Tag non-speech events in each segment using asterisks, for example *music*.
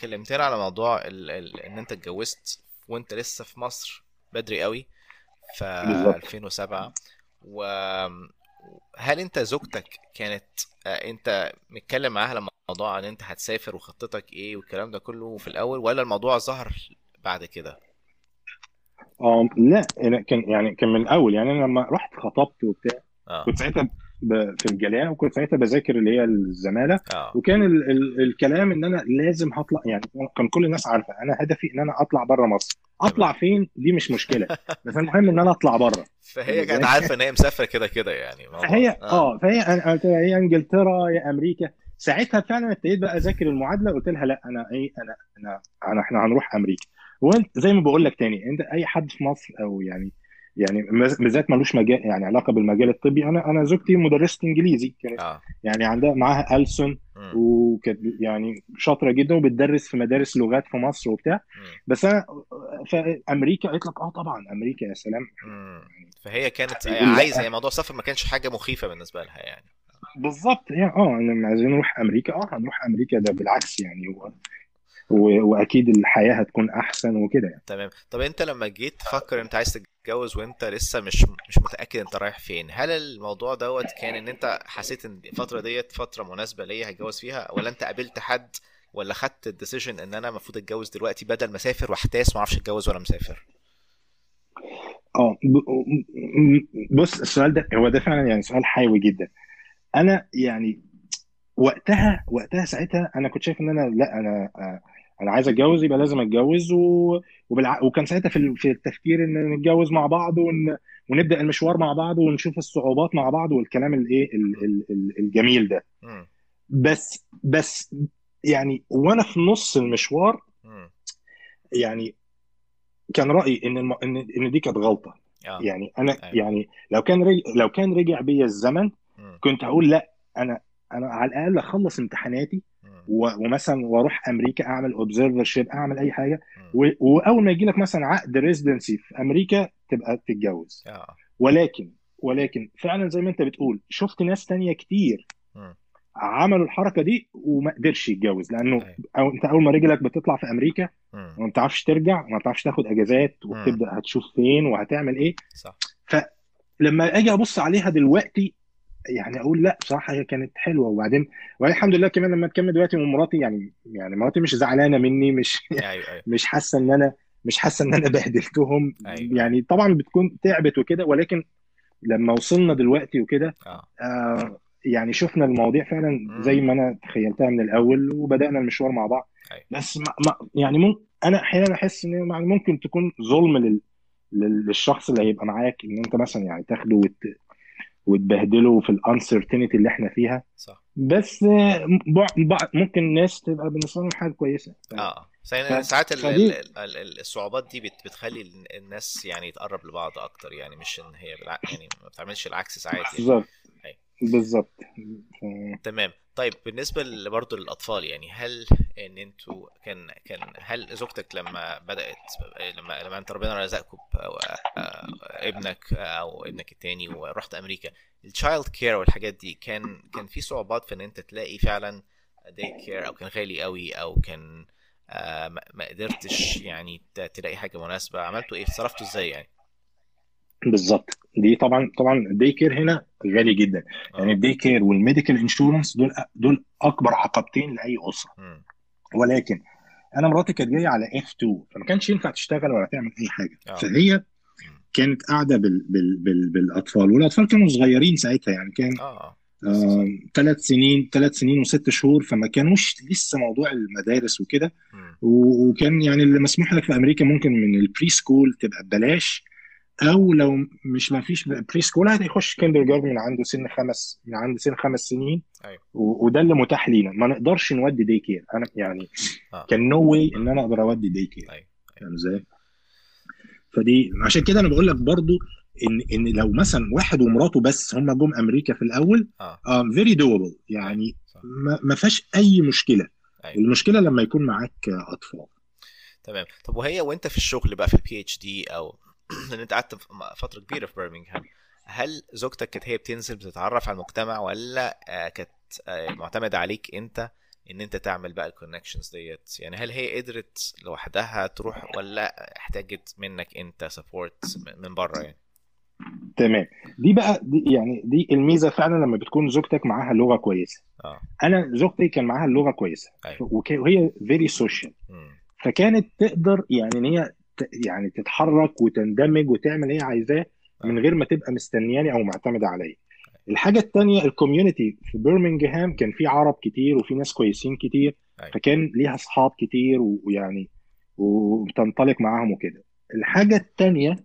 كلمتنا على موضوع ال... ال... ان انت اتجوزت وانت لسه في مصر بدري قوي في بالظبط. 2007 وهل انت زوجتك كانت آه، انت متكلم معاها على موضوع ان انت هتسافر وخطتك ايه والكلام ده كله في الاول ولا الموضوع ظهر بعد كده آه لا أنا كان يعني كان من الاول يعني انا لما رحت خطبت وبتاع اه كنت ساعتها ب- في الجاليه وكنت ساعتها بذاكر اللي هي الزماله اه وكان ال ال الكلام ان انا لازم هطلع يعني كان كل الناس عارفه انا هدفي ان انا اطلع بره مصر اطلع فين دي مش مشكله بس المهم ان انا اطلع بره *laughs* فهي كانت عارفه ان هي مسافره كده كده يعني موضوع. فهي اه فهي أنا قلت لها يا انجلترا يا امريكا ساعتها فعلا ابتديت بقى اذاكر المعادله قلت لها لا انا ايه انا انا, أنا احنا هنروح امريكا وانت زي ما بقول لك تاني انت اي حد في مصر او يعني يعني مز- بالذات ملوش مجال يعني علاقه بالمجال الطبي انا انا زوجتي مدرسه انجليزي كانت اه يعني عندها معاها ألسن مم. وكانت يعني شاطره جدا وبتدرس في مدارس لغات في مصر وبتاع مم. بس انا في امريكا قلت لك اه طبعا امريكا يا سلام مم. فهي كانت يقول لأ. عايزه يعني موضوع السفر ما كانش حاجه مخيفه بالنسبه لها يعني بالظبط يعني اه لما عايزين نروح امريكا اه هنروح امريكا ده بالعكس يعني و... و... واكيد الحياه هتكون احسن وكده يعني تمام طب انت لما جيت تفكر انت عايز تتجوز وانت لسه مش مش متاكد انت رايح فين هل الموضوع دوت كان ان انت حسيت ان الفتره ديت فتره مناسبه ليا هتجوز فيها ولا انت قابلت حد ولا خدت الديسيجن ان انا المفروض اتجوز دلوقتي بدل ما اسافر واحتاس ما اعرفش اتجوز وانا مسافر اه ب... بص السؤال ده هو ده فعلا يعني سؤال حيوي جدا انا يعني وقتها وقتها ساعتها انا كنت شايف ان انا لا انا آه، انا عايز اتجوز يبقى لازم اتجوز و... وبالع... وكان ساعتها في ال- في التفكير ان نتجوز مع بعض ون... ونبدا المشوار مع بعض ونشوف الصعوبات مع بعض والكلام الايه ال- ال- ال- الجميل ده امم بس بس يعني وانا في نص المشوار امم يعني كان رايي ان الم... ان ان دي كانت غلطه اه يعني انا أيوة. يعني لو كان رج... لو كان رجع بيا الزمن مم. كنت هقول لا انا انا على الاقل اخلص امتحاناتي مم. و- ومثلا واروح امريكا اعمل اوبزرفرشيب اعمل اي حاجه مم. و- واول ما يجي لك مثلا عقد ريزيدنسي في امريكا تبقى تتجوز اه ولكن ولكن فعلا زي ما انت بتقول شفت ناس تانية كتير مم. عملوا الحركه دي وما قدرش يتجوز لانه أيوة. أو انت اول ما رجلك بتطلع في امريكا مم. وما بتعرفش ترجع وما بتعرفش تاخد اجازات وبتبدا هتشوف فين وهتعمل ايه صح لما اجي ابص عليها دلوقتي يعني اقول لا بصراحه هي كانت حلوه وبعدين وبعدين الحمد لله كمان لما اتكلم دلوقتي ومراتي يعني يعني مراتي مش زعلانه مني مش ايوه ايوه مش حاسه ان انا مش حاسه ان انا *laughs* بهدلتهم أيوة. يعني طبعا بتكون تعبت وكده ولكن لما وصلنا دلوقتي وكده اه آه يعني شفنا المواضيع فعلا زي ما انا تخيلتها من الاول وبدانا المشوار مع بعض أيوة. بس ما ما يعني ممكن انا احيانا احس ان يعني ممكن تكون ظلم لل لل- للشخص اللي هيبقى معاك ان انت مثلا يعني تاخده وت... وتبهدله في الانسرتينتي اللي احنا فيها صح بس آه، بع- بع- ممكن الناس تبقى بالنسبه لهم حاجه كويسه ف- اه ساعات ف- ساعات ال- فدي ال- ال- ال- الصعوبات دي بت- بتخلي ال- الناس يعني تقرب لبعض اكتر يعني مش ان هي بالع... يعني ما بتعملش العكس ساعات يعني بالظبط أيوة. بالظبط ف- تمام طيب بالنسبة ل- برضه للأطفال يعني هل إن أنتوا كان كان هل زوجتك لما بدأت لما لما أنت ربنا رزقكم ب- آه، ابنك أو ابنك التاني ورحت أمريكا التشايلد كير والحاجات دي كان كان في صعوبات في إن أنت تلاقي فعلا داي كير أو كان غالي قوي أو كان آه، ما ما قدرتش يعني ت- تلاقي حاجة مناسبة عملتوا إيه صرفتوا إزاي يعني؟ بالظبط دي طبعا طبعا الدي كير هنا غالي جدا يعني آه. الدي كير والميديكال انشورنس دول دول اكبر عقبتين لاي اسره مم. ولكن انا مراتي كانت جايه على اف 2 فما كانش ينفع تشتغل ولا تعمل اي حاجه آه. فهي كانت قاعده بال بال بال بالاطفال والاطفال كانوا صغيرين ساعتها يعني كان آه لسه صغير. آه ثلاث سنين ثلاث سنين وست شهور فما كانوش لسه موضوع المدارس وكده مم. و- وكان يعني اللي مسموح لك في امريكا ممكن من البري سكول تبقى ببلاش او لو مش ما فيش بري سكول هيخش كندر جاردن من عنده سن خمس من عنده سن خمس سنين أيوه و- وده اللي متاح لينا ما نقدرش نودي داي كير انا يعني آه كان نو واي ان انا اقدر اودي داي كير أيوه فاهم ازاي؟ فدي عشان كده انا بقول لك برضو ان ان لو مثلا واحد ومراته بس هم جم امريكا في الاول آه فيري دوبل يعني صح ما ما فيهاش اي مشكله أيوه المشكله لما يكون معاك اطفال تمام طب وهي وانت في الشغل بقى في البي اتش دي *clears throat* او لان انت قعدت ف- فتره كبيره في برمنغهام هل زوجتك كانت هي بتنزل بتتعرف على المجتمع ولا آه، كانت آه، معتمده عليك انت ان انت تعمل بقى الكونكشنز ديت يعني هل هي قدرت لوحدها تروح ولا احتاجت منك انت سبورت من بره يعني تمام دي بقى دي يعني دي الميزه فعلا لما بتكون زوجتك معاها لغه كويسه اه انا زوجتي كان معاها اللغه كويسه ايوه وك- وهي فيري سوشيال مم. فكانت تقدر يعني ان هي ت- يعني تتحرك وتندمج وتعمل اللي هي عايزاه آه. من غير ما تبقى مستنياني او معتمده عليا الحاجه الثانيه الكوميونتي في برمنجهام كان في عرب كتير وفي ناس كويسين كتير أيوة. فكان ليها اصحاب كتير و- ويعني وبتنطلق معاهم وكده الحاجه الثانيه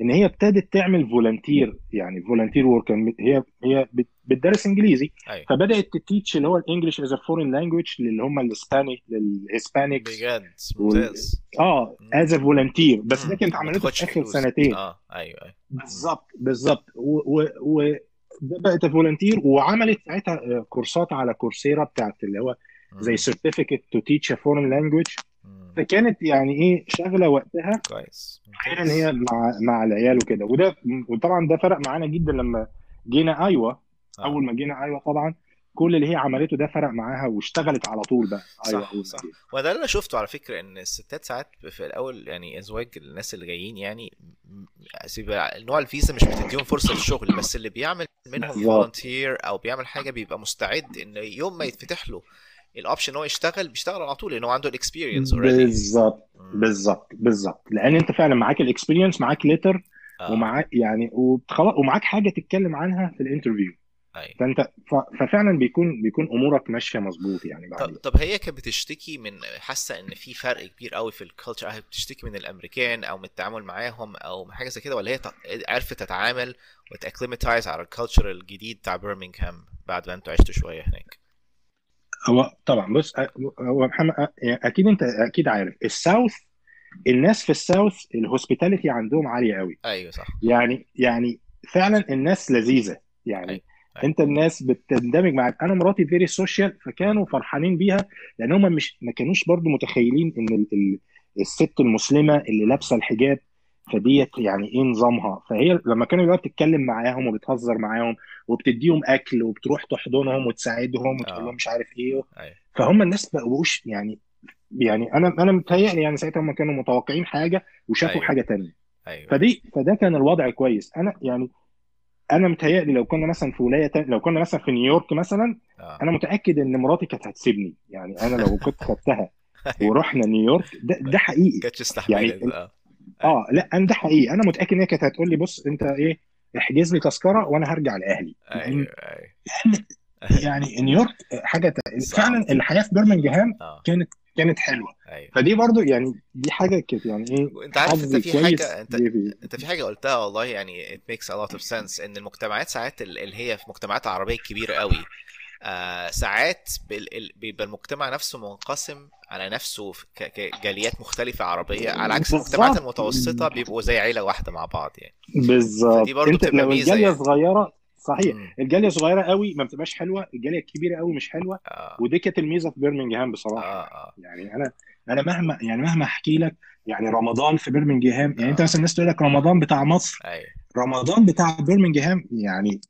ان هي ابتدت تعمل فولنتير يعني فولنتير ورك هي هي بت- بتدرس انجليزي ايوه فبدات تتيتش اللي هو الانجليش از فورين لانجويج للي هم الاسبانيك للهسبانيكس بجد ممتاز اه از فولنتير بس ده مم. كانت ما عملته تاخدش في اخر فلوس. سنتين اه ايوه ايوه بالظبط بالظبط و- و- و- ده بقت فولنتير وعملت ساعتها آه، كورسات على كورسيرا بتاعت اللي هو مم. زي سيرتيفيكت تو تيتش ا فورين لانجويج مم. فكانت يعني ايه شغله وقتها كويس آه. احيانا هي مع مع العيال وكده وده وطبعا ده فرق معانا جدا لما جينا ايوه آه. اول ما جينا ايوه طبعا كل اللي هي عملته ده فرق معاها واشتغلت على طول بقى ايوه صح، أول ما صح. جينا. وده اللي انا شفته على فكره ان الستات ساعات في الاول يعني ازواج الناس اللي جايين يعني م- بيبقى نوع الفيزا مش بتديهم فرصه للشغل بس اللي بيعمل منهم بالظبط. فولنتير او بيعمل حاجه بيبقى مستعد ان يوم ما يتفتح له الاوبشن ان هو يشتغل بيشتغل على طول لان هو عنده الاكسبيرينس اوريدي بالظبط بالظبط بالظبط لان انت فعلا معاك الاكسبيرينس معاك ليتر آه. ومعاك يعني وخلاص ومعاك حاجه تتكلم عنها في الانترفيو ايوه فانت ف- ففعلا بيكون بيكون امورك ماشيه مظبوط يعني طب بعدين طب هي كانت بتشتكي من حاسه ان في فرق كبير قوي في الكالتشر هل بتشتكي من الامريكان او من التعامل معاهم او من حاجه زي كده ولا هي ت- عرفت تتعامل وتاكليمتايز على الكالتشر الجديد بتاع برمنغهام بعد ما انتوا عشتوا شويه هناك هو طبعا بص أ- هو محمد أ- يعني اكيد انت اكيد عارف الساوث الناس في الساوث الهوسبيتاليتي عندهم عاليه قوي ايوه صح يعني يعني فعلا الناس لذيذه أي- يعني أي. انت الناس بتندمج معاك انا مراتي فيري سوشيال فكانوا فرحانين بيها لان هم مش ما كانوش برضو متخيلين ان ال... ال... الست المسلمه اللي لابسه الحجاب فديت يعني ايه نظامها فهي لما كانوا يقعدوا تتكلم معاهم وبتهزر معاهم وبتديهم اكل وبتروح تحضنهم وتساعدهم وتقول آه. لهم مش عارف ايه ايوه فهم الناس ما بقوش يعني يعني انا انا متهيألي يعني ساعتها هم كانوا متوقعين حاجه وشافوا أيوة. حاجه تانيه ايوه فدي فده كان الوضع كويس انا يعني انا متهيألي لو كنا مثلا في ولايه تانية لو كنا مثلا في نيويورك مثلا آه. انا متاكد ان مراتي كانت هتسيبني يعني انا لو *laughs* كنت خدتها أيوه. ورحنا نيويورك ده, ده حقيقي كانتش استحملت يعني- اه اه لا انا ده حقيقي انا متاكد ان هي كانت هتقول لي بص انت ايه احجز لي تذكره وانا هرجع لاهلي ايوه ايوه يعني نيويورك حاجه صعب. فعلا الحياه في برمنجهام اه كانت كانت حلوه ايوه فدي برضو يعني دي حاجه كانت يعني ايه انت عارف انت حظي في حاجه كويس انت جه في- انت في حاجه قلتها والله يعني it makes a lot of sense ان المجتمعات ساعات ال- اللي هي في مجتمعات عربيه كبيره قوي آه ساعات بال- ال- بيبقى المجتمع نفسه منقسم على نفسه في- ك- كجاليات مختلفه عربيه على عكس المجتمعات بالظبط. المتوسطه بيبقوا زي عيله واحده مع بعض يعني بالظبط فدي برضو انت بتبقى لو ميزة الجاليه يعني. صغيره صحيح مم. الجاليه صغيره قوي ما بتبقاش حلوه الجاليه الكبيره قوي مش حلوه اه ودي كانت الميزه في برمنجهام بصراحه اه اه يعني انا انا مهما يعني مهما احكي لك يعني رمضان في برمنجهام يعني انت آه. مثلا الناس تقول لك رمضان بتاع مصر ايوه رمضان بتاع برمنجهام يعني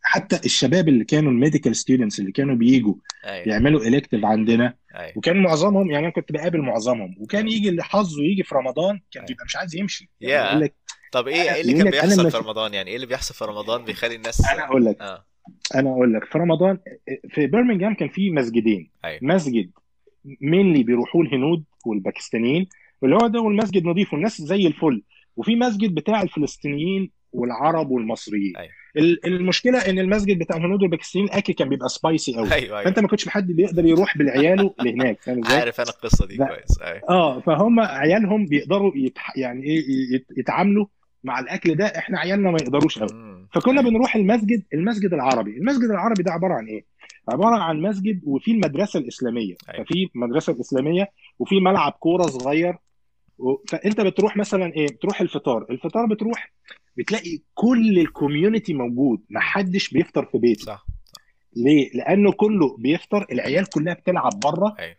حتى الشباب اللي كانوا الميديكال ستودنتس اللي كانوا بيجوا ايوه يعملوا الكتيف عندنا ايوه وكان معظمهم يعني انا كنت بقابل معظمهم وكان يجي اللي حظه يجي في رمضان كان أيوة. بيبقى مش عايز يمشي يعني يا. يقول لك طب ايه ايه اللي يقول كان لك انا بيحصل في المش... رمضان يعني ايه اللي بيحصل في رمضان بيخلي الناس انا اقول لك اه انا اقول لك في رمضان في برمنجهام كان في مسجدين ايوه مسجد مينلي بيروحوه الهنود والباكستانيين واللي هو ده والمسجد نظيف والناس زي الفل وفي مسجد بتاع الفلسطينيين والعرب والمصريين أيوة. ال- المشكله ان المسجد بتاع الهنود والباكستانيين الاكل كان بيبقى سبايسي قوي ايوه ايوه فانت ما كنتش حد بيقدر يروح بالعياله لهناك فاهم ازاي؟ عارف انا القصه دي لا. كويس ايوه اه فهم عيالهم بيقدروا يتح... يعني ايه يت- يتعاملوا مع الاكل ده احنا عيالنا ما يقدروش قوي مم. فكنا أيوة. بنروح المسجد المسجد العربي المسجد العربي ده عباره عن ايه عباره عن مسجد وفي المدرسه الاسلاميه أيوة. ففي مدرسه الاسلاميه وفي ملعب كوره صغير و- فانت بتروح مثلا ايه بتروح الفطار الفطار بتروح بتلاقي كل الكوميونتي موجود محدش بيفطر في بيته صح ليه لانه كله بيفطر العيال كلها بتلعب بره ايوه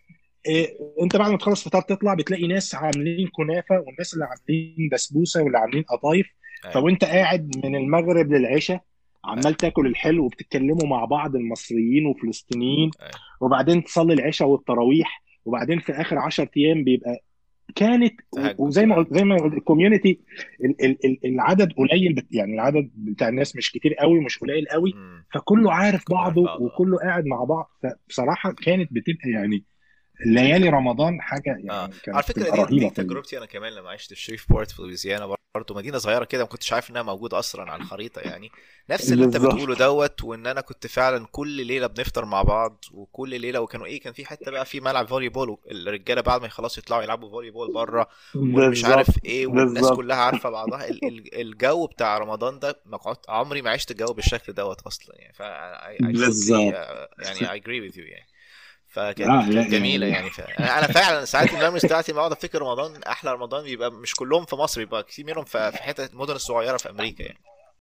إيه، انت بعد ما تخلص فطار تطلع بتلاقي ناس عاملين كنافه والناس اللي عاملين بسبوسه واللي عاملين قطايف أيوة. فوانت قاعد من المغرب للعشاء عمال تاكل الحلو وبتتكلموا مع بعض المصريين وفلسطينيين وبعدين تصلي العشاء والتراويح وبعدين في اخر 10 ايام بيبقى كانت تهجد. وزي ما قلت زي ما قلت الكوميونتي ال- ال- ال- العدد قليل بت- يعني العدد بتاع الناس مش كتير قوي مش قليل قوي مم. فكله عارف كله عارف بعضه بعضه. وكله قاعد مع بعض فبصراحه كانت بتبقى يعني ليالي رمضان حاجه يعني آه. كانت على فكره بتبقى دي, دي رهيبه في ال- تجربتي انا كمان لما عشت في شريف بورت في لويزيانا برضه مدينه صغيره كده ما كنتش عارف انها موجوده اصلا على الخريطه يعني نفس اللي انت بالظبط. بتقوله دوت وان انا كنت فعلا كل ليله بنفطر مع بعض وكل ليله وكانوا ايه كان في حته بقى في ملعب فولي بول الرجاله بعد ما يخلصوا يطلعوا يلعبوا فولي بول بره مش بالظبط. عارف ايه والناس بالظبط. كلها *laughs* عارفه بعضها ال- ال- الجو بتاع رمضان ده ما قعدت- عمري ما عشت الجو بالشكل دوت اصلا يعني ف بالظبط. يعني I agree with you يعني فكانت آه، لا، كانت جميله يعني- يعني ف... انا أنا فعلا ساعات الميموريز بتاعتي لما اقعد افتكر رمضان احلى رمضان بيبقى مش كلهم في مصر بيبقى كتير منهم في في حتت مدن الصغيره في امريكا يعني